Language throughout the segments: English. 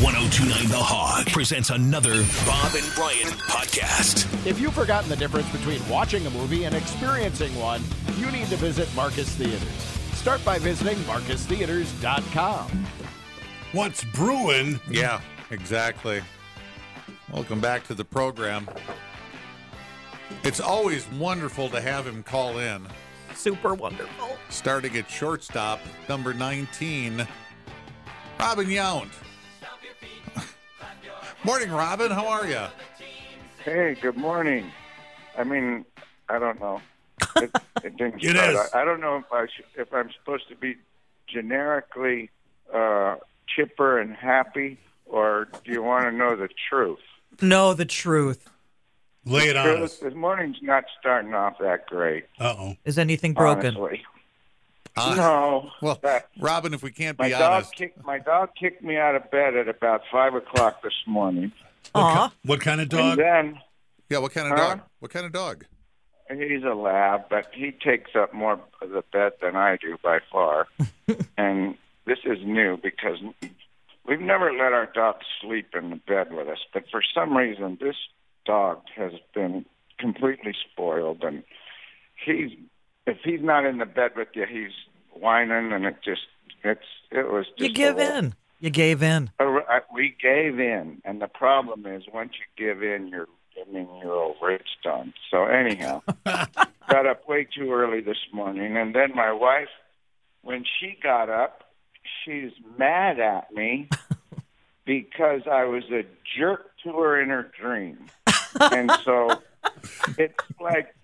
1029 The Hog presents another Bob and Brian podcast. If you've forgotten the difference between watching a movie and experiencing one, you need to visit Marcus Theaters. Start by visiting marcustheaters.com. What's brewing? Yeah, exactly. Welcome back to the program. It's always wonderful to have him call in. Super wonderful. Starting at shortstop, number 19, Robin Yount. Morning, Robin. How are you? Hey, good morning. I mean, I don't know. It, it didn't It start. is. I, I don't know if I should, if I'm supposed to be generically uh, chipper and happy, or do you want to know the truth? No, the truth. Lay Uh, it on us. Truth. This morning's not starting off that great. Uh oh. Is anything broken? Honestly. Uh, no. Well, That- Robin, if we can't my be dog honest, kicked my dog kicked me out of bed at about five o'clock this morning, Aw. What kind of and dog? then yeah. What kind of Huh? dog? What kind of dog? He's a lab, but he takes up more of the bed than I do by far. and this is new because we've never let our dog sleep in the bed with us, but for some reason this dog has been completely spoiled and he's if he's not in the bed with you, he's whining and it just it's it was just You give a little- in. You gave in. uh, we gave in, and the problem is once you give in, you're I mean you're over. It's done. So anyhow, got up way too early this morning, and then my wife, when she got up, she's mad at me because I was a jerk to her in her dream, and so it's like.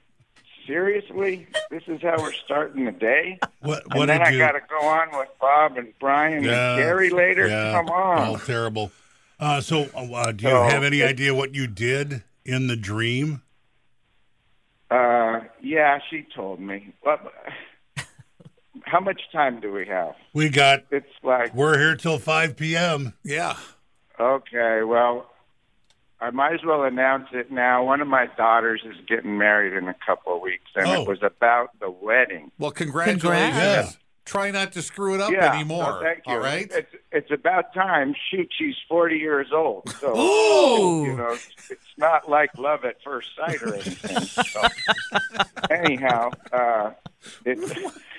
Seriously, this is how we're starting the day. What, And what then did I you? got to go on with Bob and Brian Yeah, and Gary later. yeah, Come on. All Oh, terrible. Uh, so, uh, do you So- have any idea what you did in the dream? Uh, yeah, she told me. But how much time do we have? We got. It's like We're here till 5 p.m. Yeah. okay, well, I might as well announce it now. One of my daughters is getting married in a couple of weeks, and Oh. it was about the wedding. Well, congratulations. Congrats. Yeah. Try not to screw it up yeah, anymore. no, thank you. All right. it's it's about time. Shoot, she's forty years old, so you know it's not like love at first sight or anything. So, anyhow, uh, it's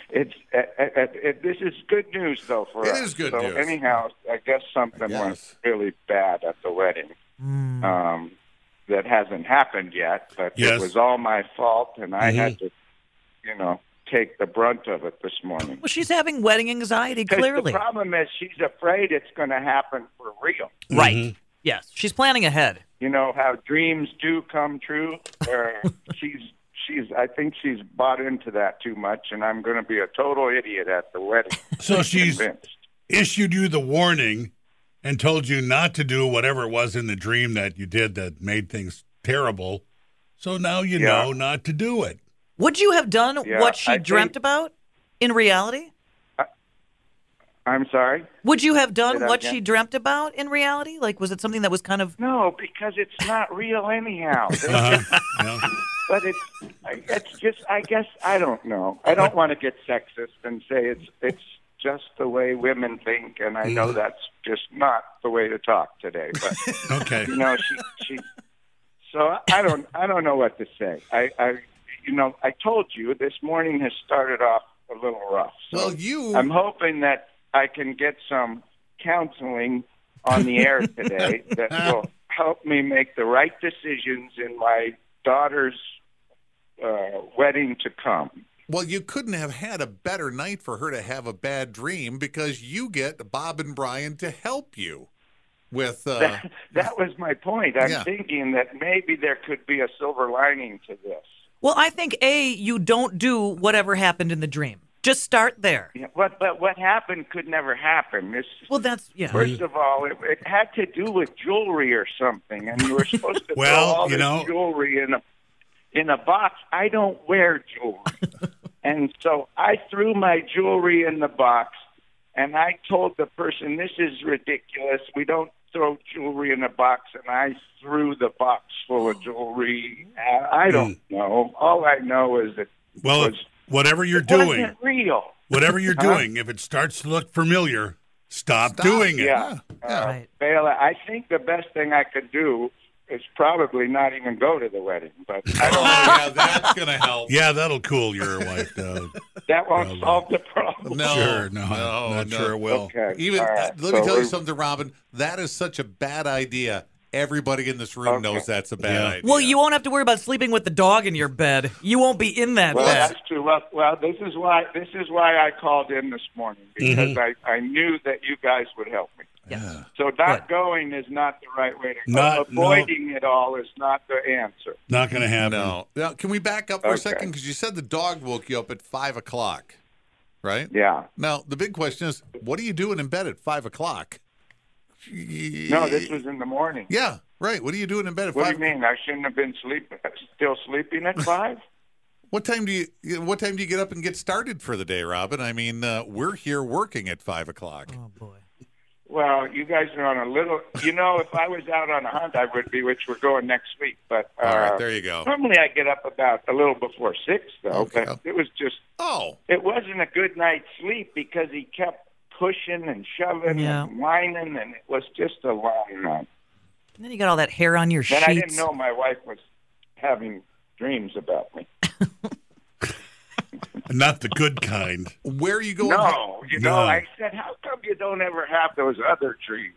it's uh, uh, uh, it, this is good news though for It us. is good so news. Anyhow, I guess something I guess. went really bad at the wedding. Um, that hasn't happened yet, but Yes. it was all my fault, and I had Mm-hmm. to, you know, take the brunt of it this morning. Well, she's having wedding anxiety, 'Cause clearly. The problem is she's afraid it's going to happen for real. Right. Yes. She's planning ahead. You know how dreams do come true. Or she's she's I think she's bought into that too much, and I'm going to be a total idiot at the wedding. So she's Convinced. issued you the warning and told you not to do whatever it was in the dream that you did that made things terrible. So now you Yeah. know not to do it. Would you have done Yeah, what she I dreamt think- about in reality? I'm sorry. Would you have done Say that what again. she dreamt about in reality? Like, was it something that was kind of. No, because it's not real anyhow. Uh-huh. Yeah. but it's I- it's just I guess I don't know. I don't want to get sexist and say it's it's just the way women think, and I Mm-hmm. know that's just not the way to talk today. But Okay. you know she she so I- i don't i don't know what to say i i you know i told you this morning has started off a little rough so Well, you. i'm hoping that i can get some counseling on the air today that will help me make the right decisions in my daughter's uh, wedding to come Well, you couldn't have had a better night for her to have a bad dream because you get Bob and Brian to help you with. Uh, that, that was my point i'm Yeah. thinking that maybe there could be a silver lining to this Well, I think, A, you don't do whatever happened in the dream. Just start there. yeah, what, but what happened could never happen this Well, that's. Yeah. First of all, it, it had to do with jewelry or something, and you were supposed to Well, throw all you this know- jewelry in a in a box. I don't wear jewelry, and so I threw my jewelry in the box, and I told the person, "This is ridiculous. We don't throw jewelry in a box." And I threw the box full of jewelry. Uh, I, Hmm. I don't know. All I know is that Well, was- whatever you're it doing, wasn't real. whatever you're doing, if it starts to look familiar, stop, doing it. Yeah. Yeah. Right. Bail, I think the best thing I could do is probably not even go to the wedding, but I don't, Oh, yeah, that's going to help. Yeah, that'll cool your wife down. that Probably. won't solve the problem. No, sure, no, no, not no. sure it will. Okay. Even all uh, right, let me so tell you we- something, Robin. That is such a bad idea. Everybody in this room Okay. knows that's a bad Yeah. idea. Well, you won't have to worry about sleeping with the dog in your bed. You won't be in that Well, bed. that's true. Well, well, this is why this is why I called in this morning because I, I knew that you guys would help me. Yes. So not Good. going is not the right way to go. Not- no. Avoiding it all is not the answer. Not going to happen. no. Now, can we back up for a Okay. second? Because you said the dog woke you up at five o'clock, right? Yeah. Now the big question is, what are you doing in bed at five o'clock? No, this was in the morning. Yeah, right. What are you doing in bed at What do five? you mean? I shouldn't have been sleep still sleeping at five? What time do you? What time do you get up and get started for the day, Robin? I mean, uh, we're here working at five o'clock. Oh boy. well, you guys are on a little. You know, if I was out on a hunt, I would be, which we're going next week. But uh, All right, there you go. normally I get up about a little before six, though. Okay. But it was just Oh, it wasn't a good night's sleep because he kept pushing and shoving Yeah. and whining, and it was just a long night. And then you got all that hair on your Then sheets. I didn't know my wife was having dreams about me. Not the good kind. where are you going? No, you know, No. I said, how come you don't ever have those other dreams?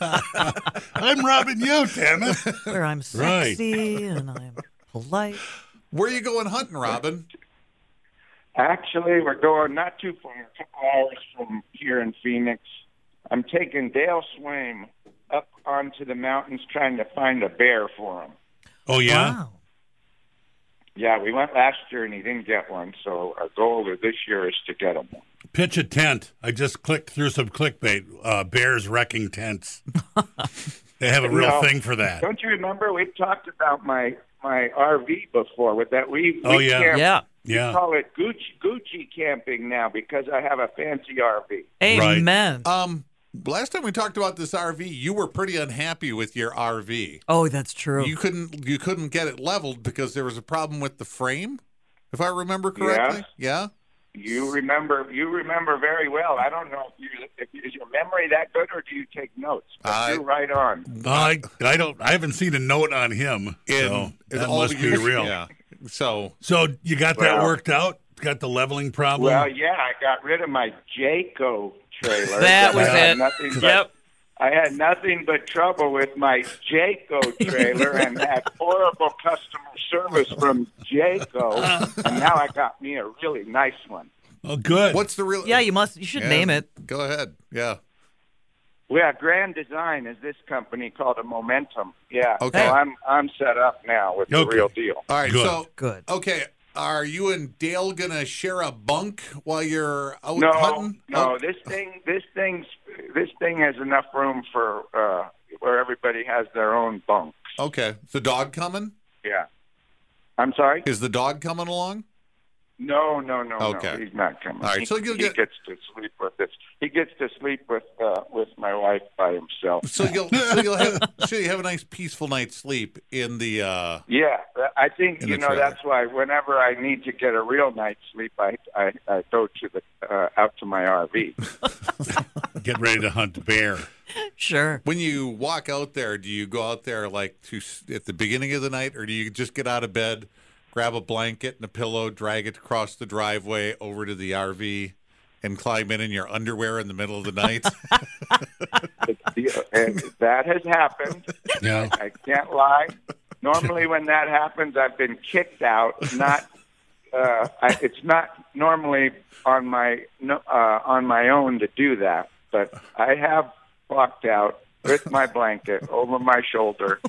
I'm robbing you, damn it. Where I'm Right. sexy and I'm polite. Where are you going hunting, Robin? Actually, we're going not too far, a couple hours from here in Phoenix. I'm taking Dale Swaim up onto the mountains trying to find a bear for him. Oh, yeah? Wow. Yeah, we went last year and he didn't get one, so our goal this year is to get him one. Pitch a tent. I just clicked through some clickbait. Uh, bears wrecking tents. they have a real No. thing for that. Don't you remember we've talked about my my RV before with that we, we Oh, yeah. camp, Yeah. Yeah. call it Gucci Gucci camping now because I have a fancy RV. Right. Amen. Um, last time we talked about this RV, you were pretty unhappy with your RV. oh, that's true. You couldn't you couldn't get it leveled because there was a problem with the frame, if I remember correctly. Yeah. You remember you remember very well. I don't know if you if is your memory that good or do you take notes? But I- you're right on. I, I don't I haven't seen a note on him. so In- in that all must the be years- real. Yeah. So So you got that Well- worked out? Got the leveling problem? Well, yeah, I got rid of my Jayco trailer. That was I had it. Nothing but, yep. I had nothing but trouble with my Jayco trailer and that horrible customer service from Jayco, and now I got me a really nice one. oh, good. what's the real? Yeah, you must. You should Yeah, name it. Go ahead. Yeah. We have Grand Design is this company called a Momentum. Yeah. Okay. So I'm I'm set up now with the Okay. real deal. All right. Good. So Good. Okay. Are you and Dale gonna share a bunk while you're out No, hunting? no, Oh, this thing this thing's this thing has enough room for uh where everybody has their own bunks. Oh, Okay. Is the dog coming? Yeah. I'm sorry? Is the dog coming along? No, no, no, Okay. no. He's not coming. All right, He, so you'll he get- gets to sleep with this. He gets to sleep with uh, with my wife by himself. So you'll so you'll have so you have a nice peaceful night's sleep in the uh Yeah, I think In you the know trailer. that's why. Whenever I need to get a real night's sleep, I I, I go to the uh, out to my RV. Get ready to hunt the bear. Sure. When you walk out there, do you go out there like to s- at the beginning of the night, or do you just get out of bed, grab a blanket and a pillow, drag it across the driveway over to the RV, and climb in in your underwear in the middle of the night? uh, and that has happened. Yeah. I can't lie. Normally, when that happens, I've been kicked out. Not, uh, I, it's not normally on my no, uh, on my own to do that, but I have walked out with my blanket over my shoulder,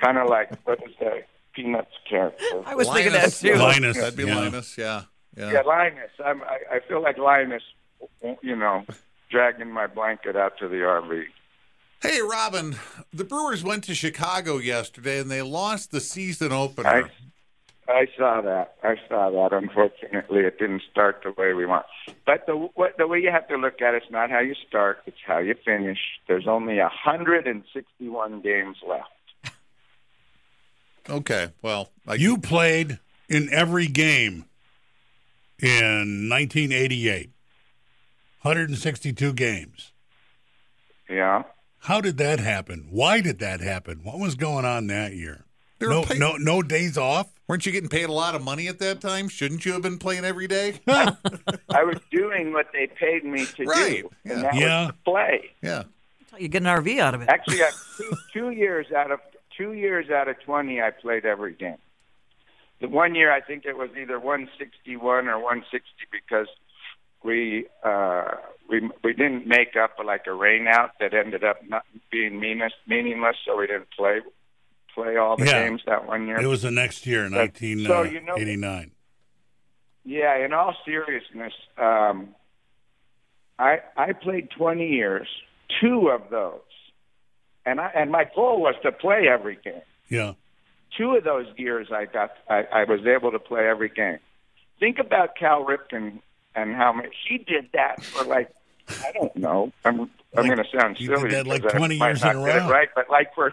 kind of like what is that Peanuts character? I was thinking that Linus. too. Linus. That'd be yeah. Linus, yeah, yeah. yeah, Linus. I'm, I, I feel like Linus, you know, dragging my blanket out to the RV. Hey, Robin, the Brewers went to Chicago yesterday and they lost the season opener. I, I saw that. I saw that. Unfortunately, it didn't start the way we want. But the what, the way you have to look at it's not how you start; it's how you finish. There's only 161 games left. Okay, well, I, You played in every game in 1988. 162 games. Yeah. How did that happen? Why did that happen? What was going on that year? They were no, pay- no, no days off. Weren't you getting paid a lot of money at that time? Shouldn't you have been playing every day? I was doing what they paid me to Right, do, yeah. and that Yeah. was to play. yeah. That's how you get an RV out of it. Actually, I, two, two years out of two years out of twenty, I played every game. The one year, I think it was either 161 or 160 because we uh, we we didn't make up like a rainout that ended up not being meaningless, meaningless, so we didn't play play all the Yeah. games that one year. It was uh, the next year, So- so you know- 1989. Yeah, in all seriousness, um, I I played 20 years, two of those, and I and my goal was to play every game. Yeah. Two of those years, I got I, I was able to play every game. Think about Cal Ripken and how much he did that for like I don't know. I'm I'm Like, going to sound he silly. did that, like, because I 20 might years not in a get it row. right? But like for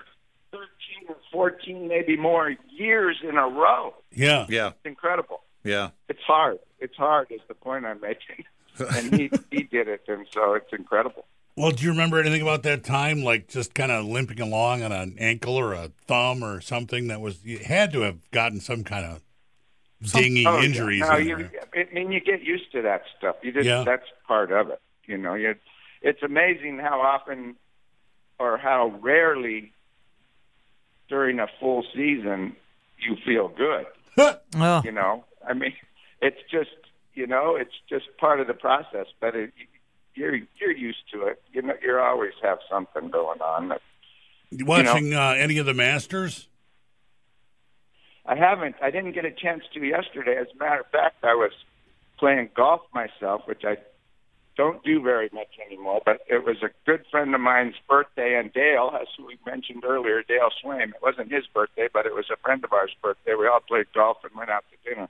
13 or 14, maybe more years in a row. Yeah. Yeah. It's incredible Yeah. it's hard. It's hard is the point I'm making. And he he did it, and so it's incredible. Well, do you remember anything about that time? Like just kind of limping along on an ankle or a thumb or something that was, you had to have gotten some kind of dingy Oh, yeah. injuries. No, in you, there. I mean you get used to that stuff. You just Yeah. that's part of it. You know, you it's amazing how often or how rarely during a full season you feel good. Oh, You know, I mean, it's just you know, it's just part of the process. But it, you're you're used to it. You know, you always have something going on that Watching uh, any of the Masters? I haven't. I didn't get a chance to yesterday. As a matter of fact, I was playing golf myself, which I don't do very much anymore. But it was a good friend of mine's birthday, and Dale, as we mentioned earlier, Dale Swaim. It wasn't his birthday, but it was a friend of ours' birthday. We all played golf and went out to dinner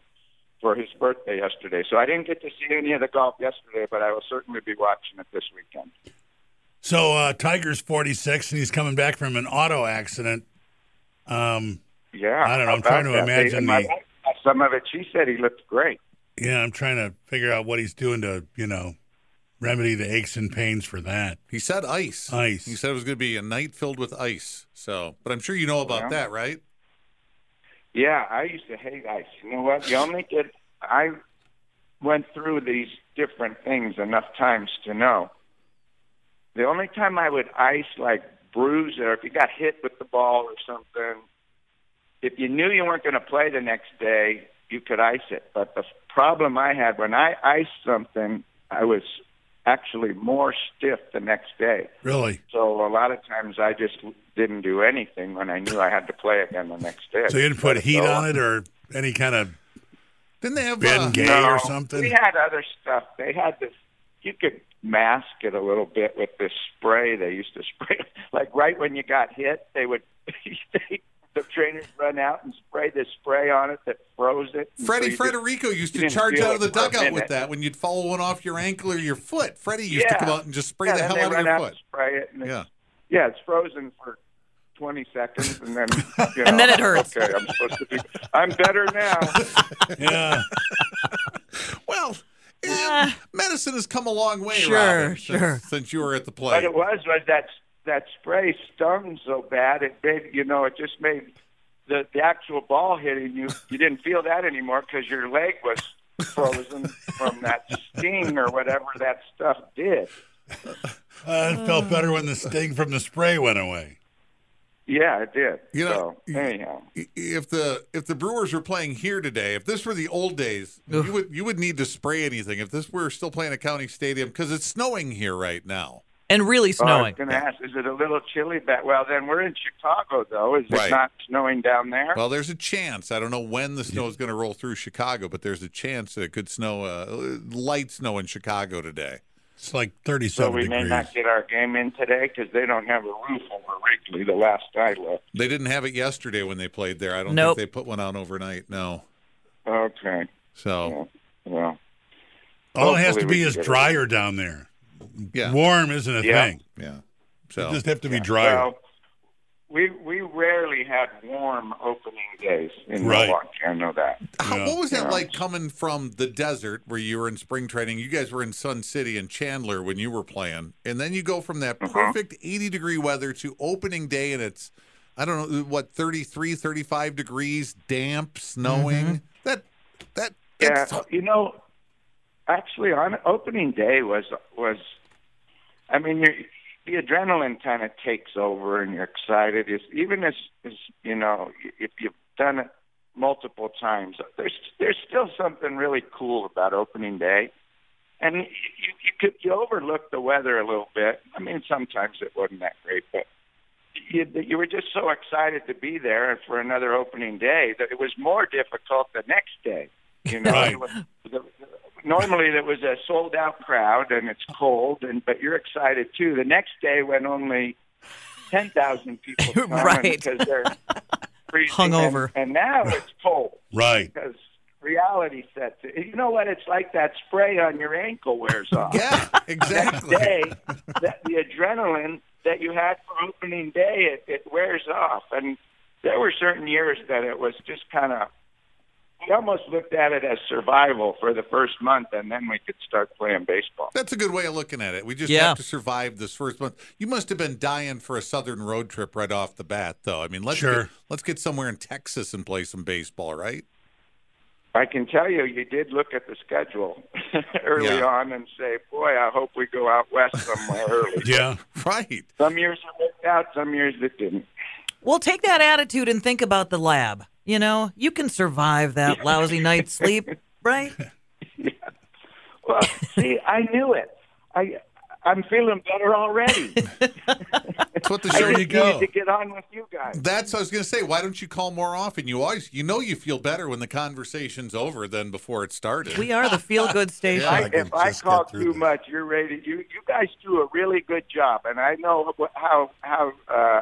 for his birthday yesterday. So I didn't get to see any of the golf yesterday, but I will certainly be watching it this weekend. So uh, Tiger's 46 and he's coming back from an auto accident. Um, Yeah, I don't know. I'm how trying about that? to They- imagine and my the- wife saw some of it. She said he looked great. yeah, I'm trying to figure out what he's doing to, you know, remedy the aches and pains for that. He said ice. Ice. He said it was going to be a night filled with ice. So, but I'm sure you know about Yeah. that, right? Yeah, I used to hate ice. You know what? You only get. I went through these different things enough times to know. The only time I would ice like bruise or if you got hit with the ball or something, if you knew you weren't going to play the next day, you could ice it. But the problem I had when I iced something, I was actually more stiff the next day. Really? So a lot of times I just didn't do anything when I knew I had to play again the next day. So you didn't put heat on it or any kind of Didn't they have? Ben uh, Gay No, or something? We had other stuff. They had this. You could mask it a little bit with this spray they used to spray. Like right when you got hit, they would. they, the trainers run out and spray this spray on it that froze it. And so Freddie you just- Frederico used you to didn't charge feel out of it the for a dugout with minute. that when you'd follow one off your ankle or your foot. Freddie used to Yeah. come out and just spray yeah, the then hell they out of run your out foot. And spray it. And Yeah. It's, yeah, it's frozen for. 20 seconds and then you know, And then it hurts. okay i'm supposed to be i'm better now yeah. Well, eh, Yeah. medicine has come a long way, Uh, Sure, Robin, since- sure. Since, you were at the play. What it was was that that spray stung so bad it made you know it just made the the actual ball hitting you you didn't feel that anymore because your leg was frozen from that sting or whatever that stuff did. Uh, it felt better when the sting from the spray went away. Yeah, it did. You know- so anyhow, I- if the if the Brewers were playing here today, if this were the old days, you would you would need to spray anything. If this were still playing at County Stadium, because it's snowing here right now. and really Oh, I snowing. was going to ask, is it a little chilly? Back? Well, then we're in Chicago, though. Is Right. it not snowing down there? Well, there's a chance. I don't know when the snow is going to roll through Chicago, but there's a chance that it could snow, uh, light snow in Chicago today. It's like so 37 we may degrees. not get our game in today because they don't have a roof over Wrigley. The last I looked. They didn't have it yesterday when they played there. I don't Nope. think they put one on overnight. No. Okay. So Well. All it has to Hopefully we be can is get it. drier down there. yeah, Warm isn't a Yeah. thing. yeah. You So just have to be drier. Well, we we rarely had warm opening days in Right. Milwaukee. I know that. How, Yeah. What was that Yeah. like coming from the desert where you were in spring training? You guys were in Sun City and Chandler when you were playing, and then you go from that Mm-hmm. perfect 80 degree weather to opening day, and it's, I don't know, what, 33, 35 degrees, damp, snowing. Mm-hmm. That, that, Yeah, that's- you know, actually, on opening day was was, I mean, you the adrenaline kind of takes over and you're excited. It's, even as, as you know, if you've done it multiple times, there's there's still something really cool about opening day, and you you, could, you overlook the weather a little bit. I mean, sometimes it wasn't that great, but. You, you were just so excited to be there for another opening day that it was more difficult the next day. You know, Right. it was, the, normally there was a sold out crowd and it's cold, and but you're excited too. The next day when only ten thousand people come and Right. because they're freezing, Hungover. and, and now it's cold Right. because reality sets. in. You know what? It's like that spray on your ankle wears off yeah, exactly. day that the adrenaline that you had for opening day it, it wears off and there were certain years that it was just kind of we almost looked at it as survival for the first month and then we could start playing baseball That's a good way of looking at it. We just Yeah. have to survive this first month. You must have been dying for a southern road trip right off the bat, though. I mean, let's Sure. get, let's get somewhere in Texas and play some baseball, right? i can tell you you did look at the schedule early Yeah. on and say boy i hope we go out west somewhere early Yeah. Right. some years it worked out some years it didn't Well, take that attitude and think about the lab. You know, you can survive that lousy night's sleep, right? well see i knew it i i'm feeling better already That's what the show I just you needed go. to get on with you guys That's what I was going to say. Why don't you call more often? You always, you know, you feel better when the conversation's over than before it started. We are the feel good station. Yeah. I, I can if I just get call through too this. much, you're ready. You you guys do a really good job, and I know wh- how how uh,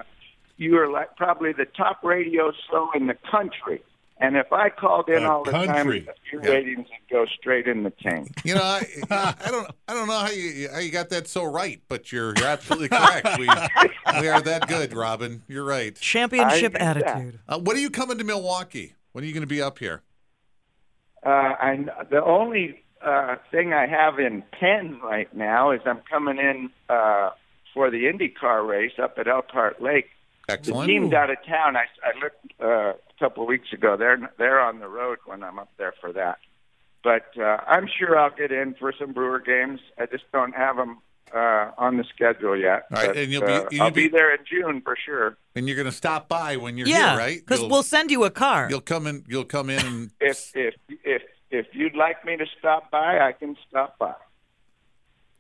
you are like probably the top radio show in the country. And if I called in The all the country. time, your Yeah. ratings would go straight in the tank. you know, I, I don't, I don't know how you how you got that so right, but you're you're absolutely correct. We we are that good, Robin. You're right. Championship I knew that. attitude. Uh, when are you coming to Milwaukee? When are you going to be up here? Uh, and the only uh, thing I have in pen right now is I'm coming in uh, for the IndyCar race up at Elkhart Lake. The Excellent. team's out of town. I, I looked uh, a couple of weeks ago. They're they're on the road when I'm up there for that. But uh, I'm sure I'll get in for some Brewer games. I just don't have them uh, on the schedule yet. All right, But, and you'll be- uh, you'll I'll be, be- there in June for sure. And you're going to stop by when you're yeah, here, right? Because You'll- we'll send you a car. You'll come in. You'll come in. And, If if if if you'd like me to stop by, I can stop by.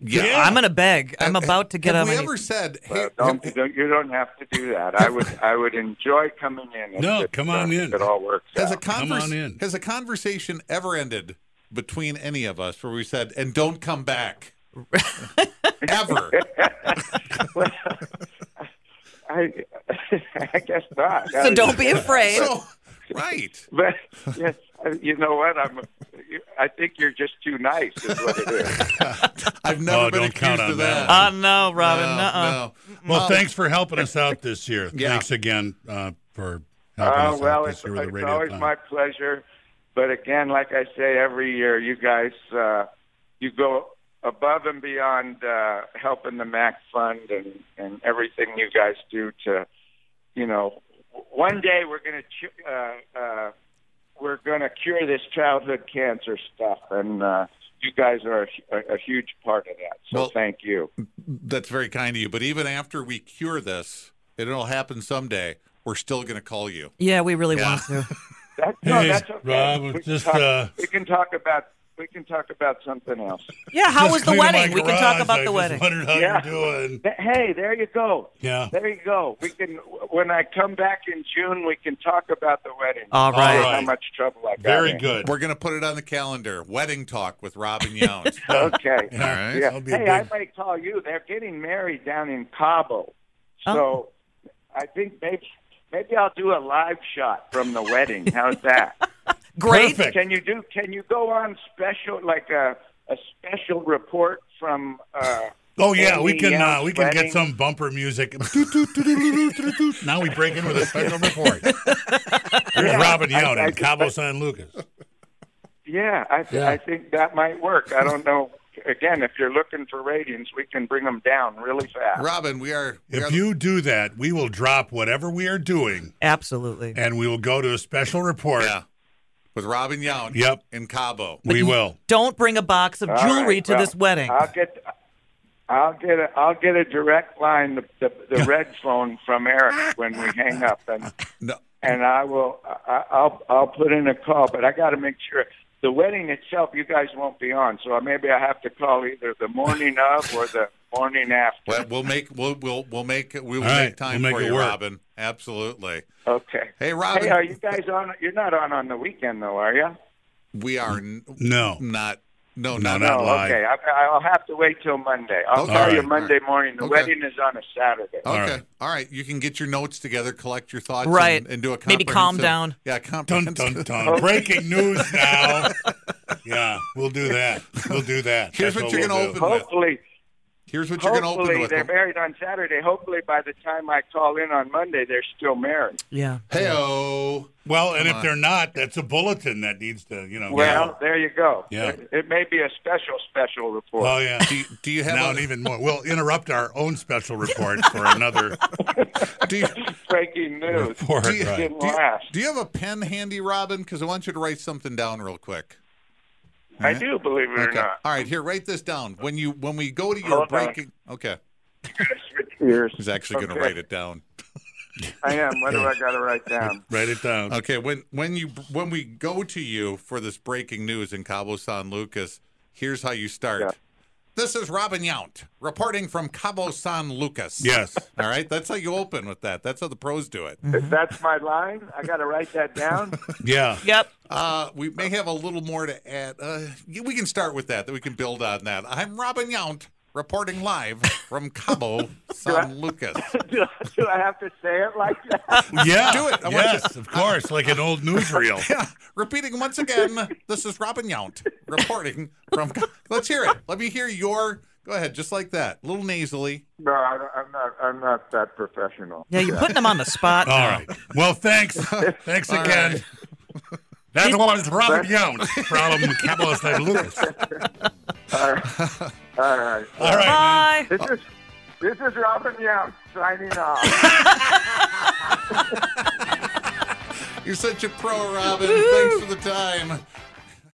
yeah. I'm gonna beg. I'm about to get Have on we my ever said? Hey, Uh, don't, you don't you don't have to do that. I would I would enjoy coming in. if No, it, come on uh, in. It all works. has a out. Come convers- on in. Has a conversation ever ended between any of us where we said, "And don't come back"? ever? I I guess not. So don't be afraid. So, Oh, right. But yeah, you know what? I'm. I think you're just too nice. Is what it is. I've never Oh, been don't accused count on of that that. one. Oh no, Robin. No, uh-uh. no. Well, thanks for helping us out this year. Yeah. Thanks again uh, for helping Uh, us well, out this it's, year with the it's radio. always time. my pleasure. But again, like I say every year, you guys, uh, you go above and beyond uh, helping the Mac Fund and and everything you guys do to, you know, w- one day we're gonna. Ch- uh, uh, we're going to cure this childhood cancer stuff, and uh, you guys are a, a, a huge part of that. So Well- thank you. That's very kind of you. But even after we cure this, and it'll happen someday. We're still going to call you. Yeah, we really want to. That, no, Hey, that's okay. Rob, we, can just, talk, uh, we can talk about we can talk about something else. Yeah, how Just was the cleaning my wedding? We can talk garage. about I the just wedding. wondered how Yeah. you're doing. Th- Hey, there you go. Yeah. There you go. We can when I come back in June, we can talk about the wedding. All right. And All How right. much trouble I got? Very in. good. We're going to put it on the calendar. Wedding talk with Robin Yount. Okay. All right. Yeah. That'll Hey, be a I big- might call you. They're getting married down in Cabo, Oh. so I think maybe maybe I'll do a live shot from the wedding. How's that? Great. Perfect. Can you do? Can you go on special like a a special report from uh, Oh yeah, we can Andy uh, Young we can sweating. get some bumper music. Toot, toot, toot, toot, toot, toot. now we break in with a special report. Here's Robin I- Young I- and Cabo San Lucas. Yeah, I, Yeah. I think that might work. I don't know. Again, if you're looking for ratings, we can bring them down really fast. Robin, we are. we are- If you do that, we will drop whatever we are doing Absolutely. and we will go to a special report. yeah, with Robin Young. Yep. in Cabo. We will. Don't bring a box of All right, jewelry to well, this wedding. I'll get, I'll get, a, I'll get a direct line the, the, the red phone from Eric when we hang up, and No, and I will, I, I'll, I'll put in a call. But I got to make sure the wedding itself, you guys won't be on, so maybe I have to call either the morning of or the morning after. Well, we'll make we'll we'll we'll make we'll make All right, time we'll make for it you, work. Robin. Absolutely. Okay. Hey, Robin. Hey, are you guys on? You're not on on the weekend though, are you? We are n- No. not. No, No, not not Oh, live. okay. I, I'll have to wait till Monday. I'll Okay. call All you right. Monday morning. The Okay. Oh, wedding is on a Saturday. Okay. All right. right. You can get your notes together, collect your thoughts, Right. And, and do a Maybe calm comprehensive- down. Yeah, Dun comprehensive. dun dun. Breaking news now. Yeah, we'll do that. We'll do that. Here's That's what you're we'll gonna do. open with. Hopefully, Here's what you're going to open hopefully with. they're married on Saturday. Hopefully, by the time I call in on Monday, they're still married. yeah. Hey-o. Well, and Come if on. they're not, that's a bulletin that needs to, you know. Well, there you go. Yeah. It, it may be a special, special report. Oh yeah. Do, do you have Now and a, even more. We'll interrupt our own special report for another do you, Breaking news. report. Do you- Right. Didn't do you- last. do you have a pen handy, Robin? Because I want you to write something down real quick. I do, believe it or Okay. not. All right, here, write this down. When you when we go to your Hold on. breaking, okay, Cheers. he's actually going to Okay. write it down. I am. What do I got to write down? Write it down. Okay, when when you when we go to you for this breaking news in Cabo San Lucas, here's how you start. Yeah. This is Robin Yount reporting from Cabo San Lucas. Yes. All right, that's how you open with that. That's how the pros do it. Mm. That's my line. I got to write that down. Yeah. Yep. Uh, we may have a little more to add. Uh, we can start with that. That we can build on that. I'm Robin Yount reporting live from Cabo San Lucas. do, I, do I have to say it like that? Yeah. Do it. I want yes, of course. Like an old newsreel. Yeah, repeating once again. this is Robin Yount reporting from. Let's hear it. Let me hear your. Go ahead, just like that, a little nasally. No, I, don't- I'm not. I'm not that professional. Yeah, you're putting them on the spot. All now. right. Well, thanks. Thanks All again. right. That was Robin Yount from Cabo San Lucas. All right. All right. All right. Bye. man. This is this is Robin Young signing off. You're such a pro, Robin. Thanks for the time.